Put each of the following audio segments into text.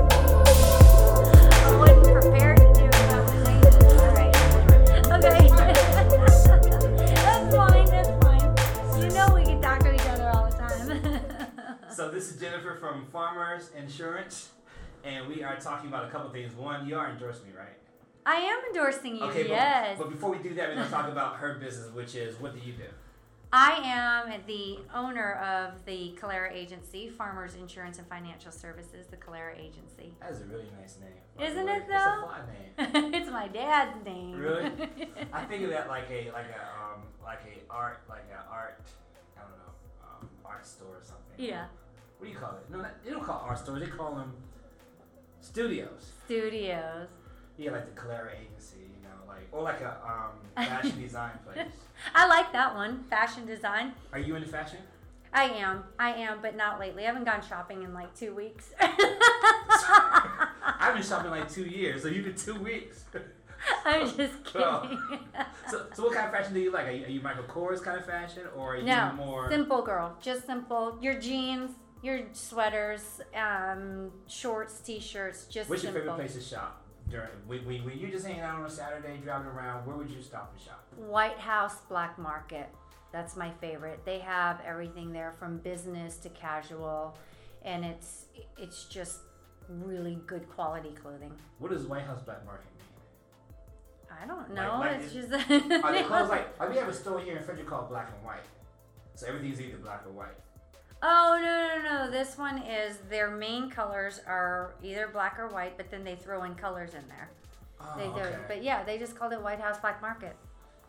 Mars Insurance, and we are talking about a couple things. One, you are endorsing me, right? I am endorsing you. Okay, but- yes. But before we do that, we're going to talk about her business, which is what do you do? I am the owner of the Calera Agency, Farmers Insurance and Financial Services, the Calera Agency. That is a really nice name. by the Isn't way. it, It's a though? fly name. it's my dad's name. Really? I think of that like a like a um like a art like a art I don't know um, art store or something. yeah. What do you call it? No, not, they don't call it art stores. They call them studios. Studios. Yeah, like the Calera Agency, you know, like or like a um fashion design place. I like that one. Fashion design. Are you into fashion? I am. I am, but not lately. I haven't gone shopping in like two weeks. I've been shopping like two years, so you did two weeks. I'm just Well, kidding. so, so what kind of fashion do you like? Are you, are you Michael Kors kind of fashion, or are No, you more? simple girl. Just simple. Your jeans, your sweaters, um, shorts, t shirts, just What's your simple. favorite place to shop during when, when, when you're just hanging out on a Saturday, driving around? Where would you stop and shop? White House Black Market. That's my favorite. They have everything there from business to casual, and it's it's just really good quality clothing. What does White House Black Market mean? I don't know. like it's it- just Are the clothes like? Like we have a store here in Frederick called Black and White, so everything's either black or white. oh no no no! This one is their main colors are either black or white, but then they throw in colors in there. Oh, They do, but yeah, they just called it White House Black Market.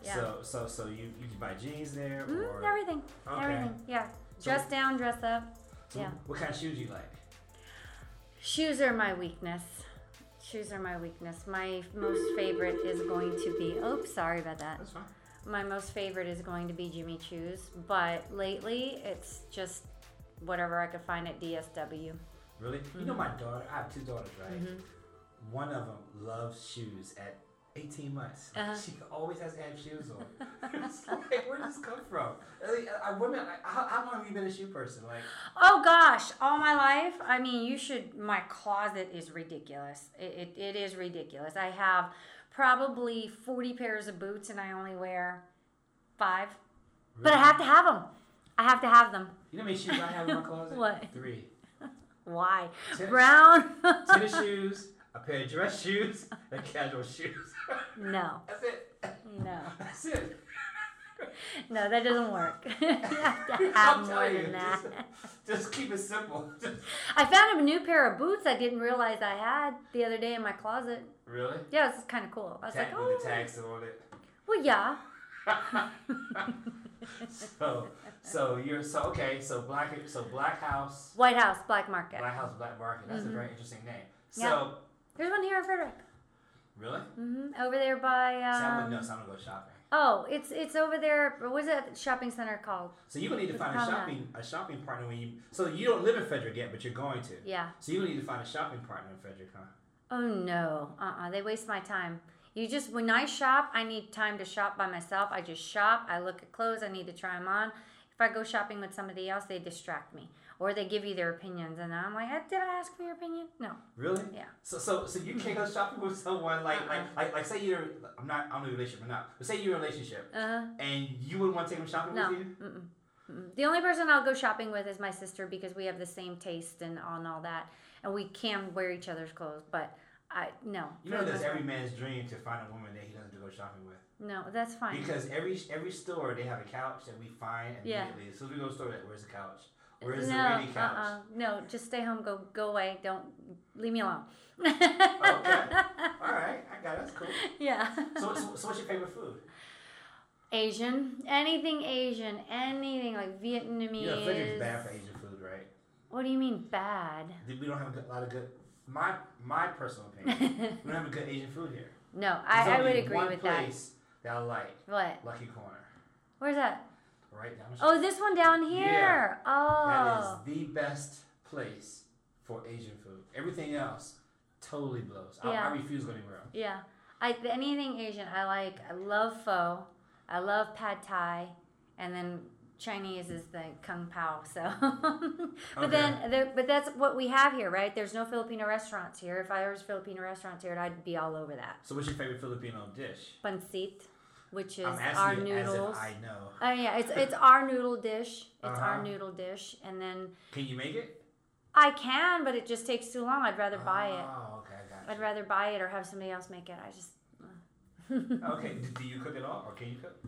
Yeah, So so so you you can buy jeans there or mm, everything, Okay. everything. Yeah, So- dress down, dress up. so yeah. What kind of shoes do you like? Shoes are my weakness. Shoes are my weakness. My most favorite is going to be. Oops, sorry about that. That's fine. My most favorite is going to be Jimmy Choo's, but lately it's just whatever I could find at DSW. Really? You know my Mm-hmm. daughter. I have two daughters, right? One of them loves shoes at 18 months. Uh-huh. She always has to have shoes on. it's like, where does this come from? Like, I, I, women, I, how, how long have you been a shoe person? Like, Oh gosh, all my life. I mean, you should. My closet is ridiculous. It, it, it is ridiculous. I have probably 40 pairs of boots and I only wear five, but I have to have them. I have to have them. you know how many shoes I have in my closet? What? Three. Why? Tennis- Brown? Tennis shoes, a pair of dress shoes, and casual shoes. no, That's it. no, That's it. no, that doesn't work. you have to I'm have more telling you, than that. Just, just keep it simple. Just, I found a new pair of boots I didn't realize I had the other day in my closet. really? Yeah, this is kind of cool. I was Tag like, with the oh, tag still on it. well, yeah. so, so you're so okay. So black, so black house, White House, Black Market. black house, black market. That's a very interesting name. So Mm-hmm. Yeah. There's one here in Frederick. really, hmm Over there by. so I'm gonna Um, know. So I'm gonna go shopping. oh, it's it's over there. What is that shopping center called? So you're gonna need to It's find a called, uh, shopping a shopping partner when you. So you don't live in Frederick yet, but you're going to. Yeah. So you're gonna need to find a shopping partner in Frederick, huh? Oh no. Uh uh They waste my time. You just when I shop, I need time to shop by myself. I just shop. I look at clothes. I need to try them on. If I go shopping with somebody else, they distract me or they give you their opinions, and I'm like, "Uh, did I ask for your opinion? No. Really? Yeah. Uh-uh. So so so you can't go shopping with someone like like, like like say you're I'm not I'm in a relationship or not, but say you're in a relationship Uh huh. and you wouldn't want to take them shopping No. with you. Mm-mm. Mm-mm. The only person I'll go shopping with is my sister because we have the same taste and on all that, and we can wear each other's clothes. But I no. You for know the that's most every man's dream to find a woman that he doesn't have to go shopping with. part- No, that's fine. Because every every store they have a couch that we find Yeah. immediately. As soon as we go to the store, that where's the couch? Where's no, the lady couch? uh-uh. no, just stay home. Go, go away. Don't leave me alone. Okay, all right, I got it. That's cool. yeah. So, so, so what's your favorite food? Asian, anything Asian, anything like Vietnamese. You know, Frederick's bad for Asian food, right? What do you mean bad? We don't have a good- lot of good. My my personal opinion, we don't have a good Asian food here. No, I, There's I would only agree one with place that. I like that. What? Lucky Corner, Where's that? right down the street. Oh, this one down Yeah. here. Oh. That is the best place for Asian food. Everything else totally blows. I, Yeah. I refuse to go anywhere else. Yeah. I anything Asian I like. I love pho. I love pad thai, and then Chinese is the kung pao. So, but then there, but that's what we have here, right? There's no Filipino restaurants here. If I was Filipino restaurants here, I'd be all over that. So, what's your favorite Filipino dish? Pancit, which is I'm our asking you as noodles. Uh, if I know. Oh yeah, it's it's our noodle dish. It's Uh-huh. our noodle dish, and then Can you make it? I can, but it just takes too long. I'd rather buy it. Oh, okay, I got I'd you. rather buy it or have somebody else make it. I just. Okay, d- do you cook at all, or can you cook?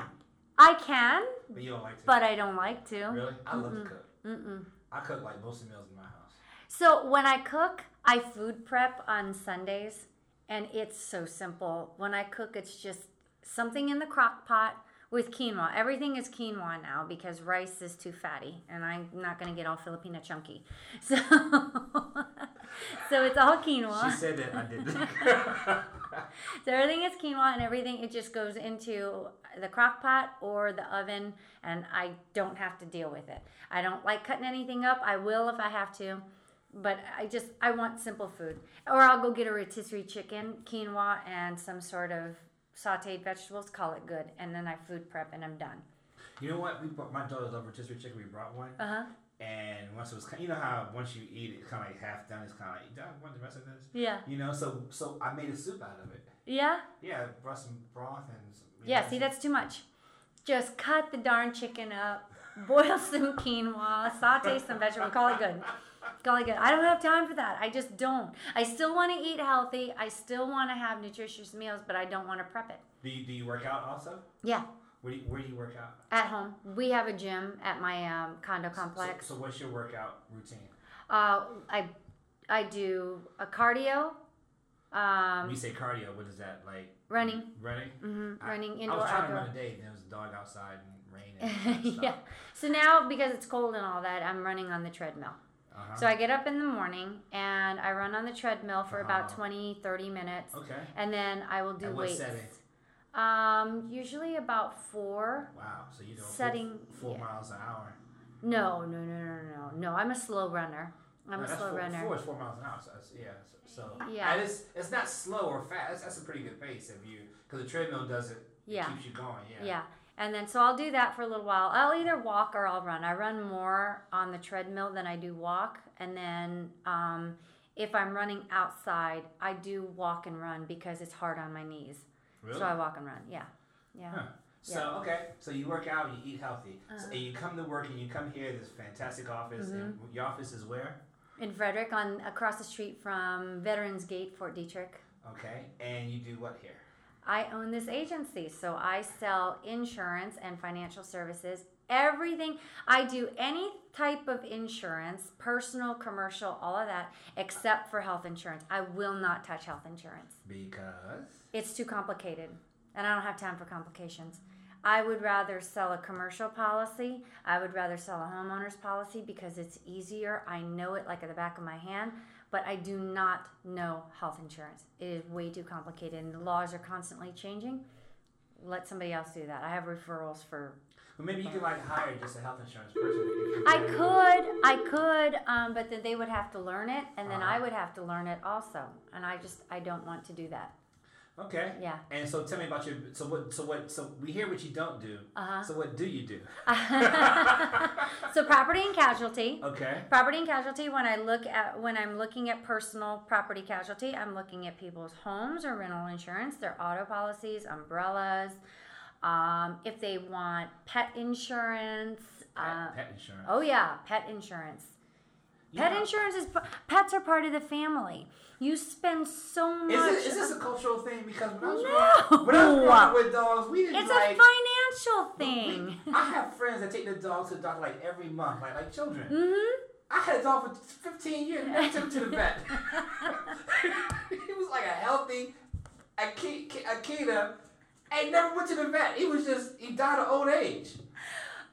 I can, But you don't like to. but Mm-hmm. I don't like to. really, I love to Mm-mm. cook. Mm-mm. I cook like most of the meals in my house. So when I cook, I food prep on Sundays, and it's so simple. When I cook, it's just something in the crock pot with quinoa. Everything is quinoa now because rice is too fatty, and I'm not gonna get all Filipina chunky. So, so it's all quinoa. She said that I did. So everything is quinoa and everything it just goes into the crock pot or the oven and I don't have to deal with it. I don't like cutting anything up. I will if I have to. But I just I want simple food. Or I'll go get a rotisserie chicken, quinoa and some sort of sauteed vegetables, call it good, and then I food prep and I'm done. you know what? We brought my daughter love rotisserie chicken. We brought one, Uh-huh. and once it was, ki- you know how once you eat it, it's kind of like half done. It's kind of like, do I want the rest of this? Yeah. You know, so so I made a soup out of it. Yeah? Yeah, I brought some broth and. Some, you Yeah, know, see, some- that's too much. Just cut the darn chicken up, boil some quinoa, saute some vegetable, call it good. Call it good. I don't have time for that. I just don't. I still want to eat healthy. I still want to have nutritious meals, but I don't want to prep it. Do you, do you work out also? Yeah, Where do you, where do you work out? at home. We have a gym at my um, condo So- complex. So, what's your workout routine? Uh, I, I do a cardio, When um, you say cardio, what is that like? running, Running. hmm I- running I indoor, was trying outdoor. to run today, and there was a dog outside and rain. And stuff. yeah. So now, because it's cold and all that, I'm running on the treadmill. Uh-huh. So I get up in the morning and I run on the treadmill for about Wow. 20, 30 minutes. okay. And then I will do At what weights. setting? Um, usually about four. Wow. So you know, Setting- four, yeah. miles an hour. No, no, no, no, no, no. I'm a slow runner. I'm No, a that's slow four, runner. Four is four miles an hour. So that's, yeah. So, so- Yeah. and it's it's not slow or fast. That's, that's a pretty good pace if you because the treadmill doesn't. Yeah. It keeps you going. yeah. Yeah. And then so I'll do that for a little while. I'll either walk or I'll run. I run more on the treadmill than I do walk. And then um, if I'm running outside, I do walk and run because it's hard on my knees. Really. So I walk and run. Yeah. Yeah. Huh. So Yeah. Uh-huh. okay, so you work out, you eat healthy, so, and you come to work, and you come here. This fantastic office. And Mm-hmm. your office is where? In Frederick, on across the street from Veterans Gate, Fort Detrick. Okay, and you do what here? I own this agency, so I sell insurance and financial services. Everything I do, any type of insurance, personal, commercial, all of that, except for health insurance. I will not touch health insurance. Because It's too complicated, and I don't have time for complications. I would rather sell a commercial policy. I would rather sell a homeowner's policy because it's easier. I know it like at the back of my hand, but I do not know health insurance. It is way too complicated, and the laws are constantly changing. Let somebody else do that. I have referrals for. well, maybe you can like hire just a health insurance person. if you- I could, I could, um, but then they would have to learn it, and then I Uh-huh. would have to learn it also. And I just, I don't want to do that. Okay. Yeah. And so tell me about your so what so what so we hear what you don't do. Uh So what do you do? huh. so property and casualty. Okay. Property and casualty. When I look at when I'm looking at personal property casualty, I'm looking at people's homes or rental insurance, their auto policies, umbrellas. Um, if they want pet insurance. Uh, pet, pet insurance. oh yeah, pet insurance. You Pet know- insurance is pets are part of the family. You spend so much. Is, it, is this a cultural thing? Because when I was, No. growing, when I was growing up with dogs, we didn't it's like. a financial thing. we- I have friends that take their dogs to the doctor like every month, like like children. mm-hmm. I had a dog for 15 years. and I took him to the vet. he was like a healthy aki- ki- Akita, and never went to the vet. He was just he died of old age.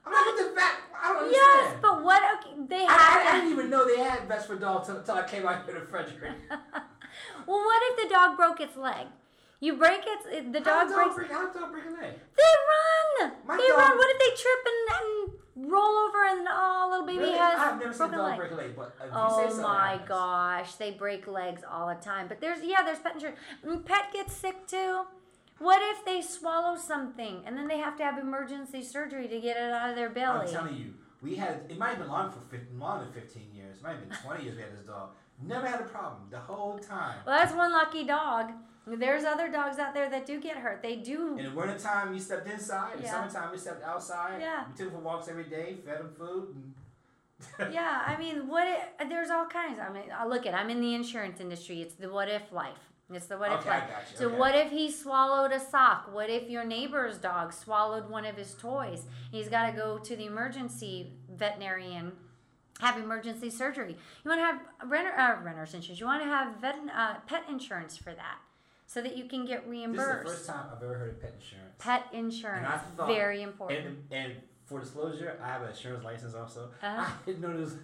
I'm like, what the vet? I don't Yes, understand. but what? Okay, they I, I, I have. didn't even know they had vets for dogs until I came out here to Frederick. Well, what if the dog broke its leg? You break its it- the How dog did breaks. dog break, how did dog break a leg? They run. My they dog- run. What if they trip and, and roll over and oh, little baby Really? has I've never seen a broken dog leg. break a leg, but if you say Oh so, it my happens. gosh, they break legs all the time. But there's yeah, there's pet insurance. Mm, Pet gets sick too. What if they swallow something and then they have to have emergency surgery to get it out of their I'm belly? telling you, we had it might have been long for 15, long than 15 years, it might have been 20 years we had this dog. Never had a problem the whole time. Well, that's one lucky dog. There's other dogs out there that do get hurt. They do. In the wintertime, we stepped inside. In the Yeah. summertime, we stepped outside. Yeah. We took him for walks every day, fed him food, and yeah, I mean, what if, there's all kinds. I mean, I look at I'm in the insurance industry. It's the what if life. It's the what if Okay, I life. got you, So okay. what if he swallowed a sock? What if your neighbor's dog swallowed one of his toys? He's got to go to the emergency veterinarian. Have emergency surgery. You want to have renter, uh, renter's insurance. You want to have vet, uh, pet insurance for that, so that you can get This is the reimbursed. first time I've ever heard of pet insurance. Pet And insurance, I thought- very important. and, and for disclosure, I have an insurance license also. Uh-huh. I didn't know this.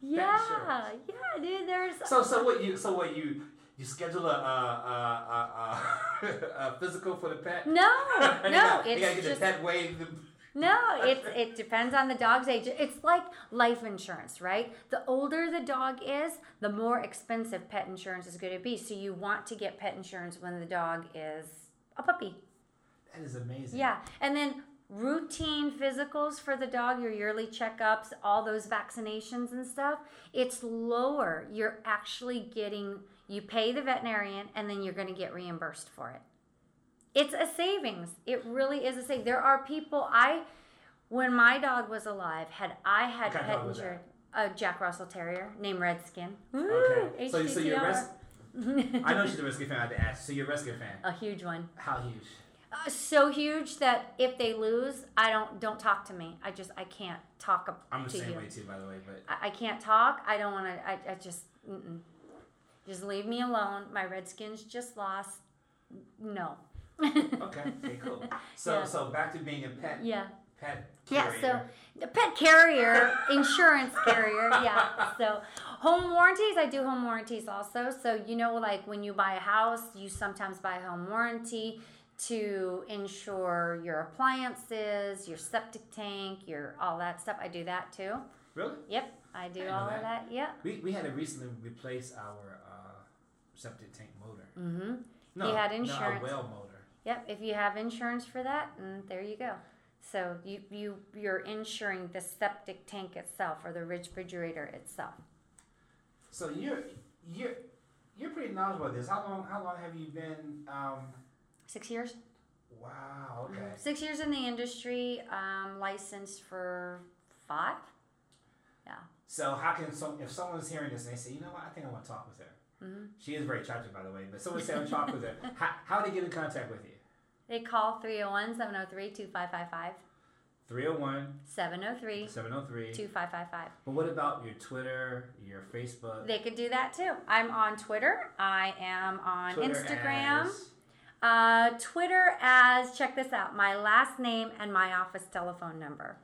yeah, yeah, dude. There's So so what you so what you you schedule a a, a, a, a physical for the pet? no, you Mm. no. gotta, you gotta It's get just the pet weighed. The, No, it, it depends on the dog's age. It's like life insurance, right? The older the dog is, the more expensive pet insurance is going to be. So you want to get pet insurance when the dog is a puppy. That is amazing. Yeah. And then routine physicals for the dog, your yearly checkups, all those vaccinations and stuff, it's lower. You're actually getting, you pay the veterinarian and then you're going to get reimbursed for it. It's a savings. It really is a saving. There are people, I, when my dog was alive, had I What had kind of pet dog was that? insurance, a Jack Russell Terrier named Redskin. Woo, Mm, Okay. So, so you're a HTTR. res- I know she's a rescue fan. I had to ask. So you're a rescue fan. a huge one. How huge? Uh, so huge that if they lose, I don't don't talk to me. I just I can't talk up I'm the to same you. way too, by the way. But I, I can't talk. I don't want to. I, I just mm-mm. just leave me alone. My Redskins just lost. No. okay, okay, cool. So Yeah. so back to being a pet Yeah. pet. Yeah, Carrier. so the pet carrier, insurance carrier, yeah. So home warranties, I do home warranties also. So you know, like when you buy a house, you sometimes buy a home warranty to insure your appliances, your septic tank, your all that stuff. I do that too. really, Yep, I do I know all of that. that. Yep. we, we had to recently replace our uh, septic tank motor. Mhm. No, No, had our insurance. well motor. Yep. If you have insurance for that, and there you go. So you you you're insuring the septic tank itself or the refrigerator itself. So you're you're you're pretty knowledgeable about this. How long how long have you been? Um, Six years. wow. Okay. Six years in the industry, um, licensed for five. So how can some if someone's hearing this and they say, you know what, I think I want to talk with her. Mhm. She is very attractive, by the way. But someone say I want to talk with her. How how do they get in contact with you? They call 301 703 2555. 301 703 703. 2555. But what about your Twitter, your Facebook? They could do that too. I'm on Twitter. I am on Twitter Instagram. as- Uh, Twitter as, check this out, my last name and my office telephone number.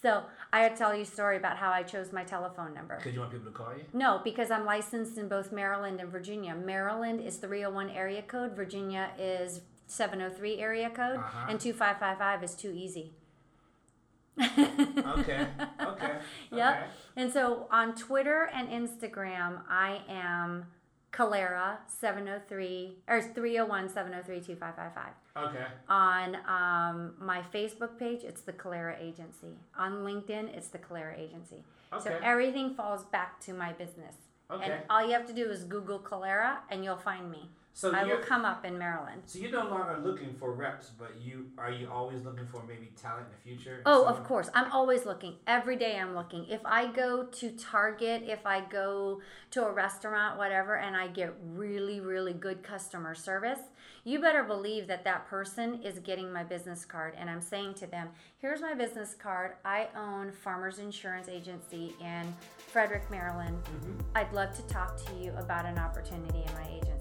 So I tell you a story about how I chose my telephone number. Because you want people to call you? No, because I'm licensed in both Maryland and Virginia. Maryland is 301 area code, Virginia is 703 area code, Uh-huh. and 2555 is too easy. Okay. Okay. Yep. okay. And so on Twitter and Instagram, I am Calera 703 or 301 703 2555. Okay. On um, my Facebook page, it's the Calera Agency. On LinkedIn, it's the Calera Agency. So Okay. everything falls back to my business. Okay. And all you have to do is Google Calera and you'll find me. So I will you're come up in Maryland. so you're no longer looking for reps, but you are you always looking for maybe talent in the future? Oh, Someone- of course. I'm always looking. Every day I'm looking. If I go to Target, if I go to a restaurant, whatever, and I get really, really good customer service, you better believe that that person is getting my business card. And I'm saying to them, here's my business card. I own Farmers Insurance Agency in Frederick, Maryland. Mm-hmm. I'd love to talk to you about an opportunity in my agency.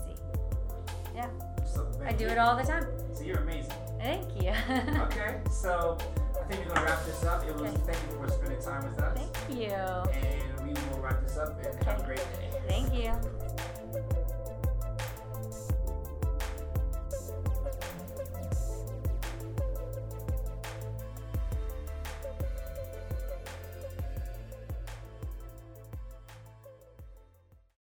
Yeah, So, I man, do you- it all the time. So you're amazing. Thank you. Okay. So I think we're gonna wrap this up. It was Okay. thank you for spending time with us, Thank you. and we will wrap this up and have a Okay. great day. Thank you.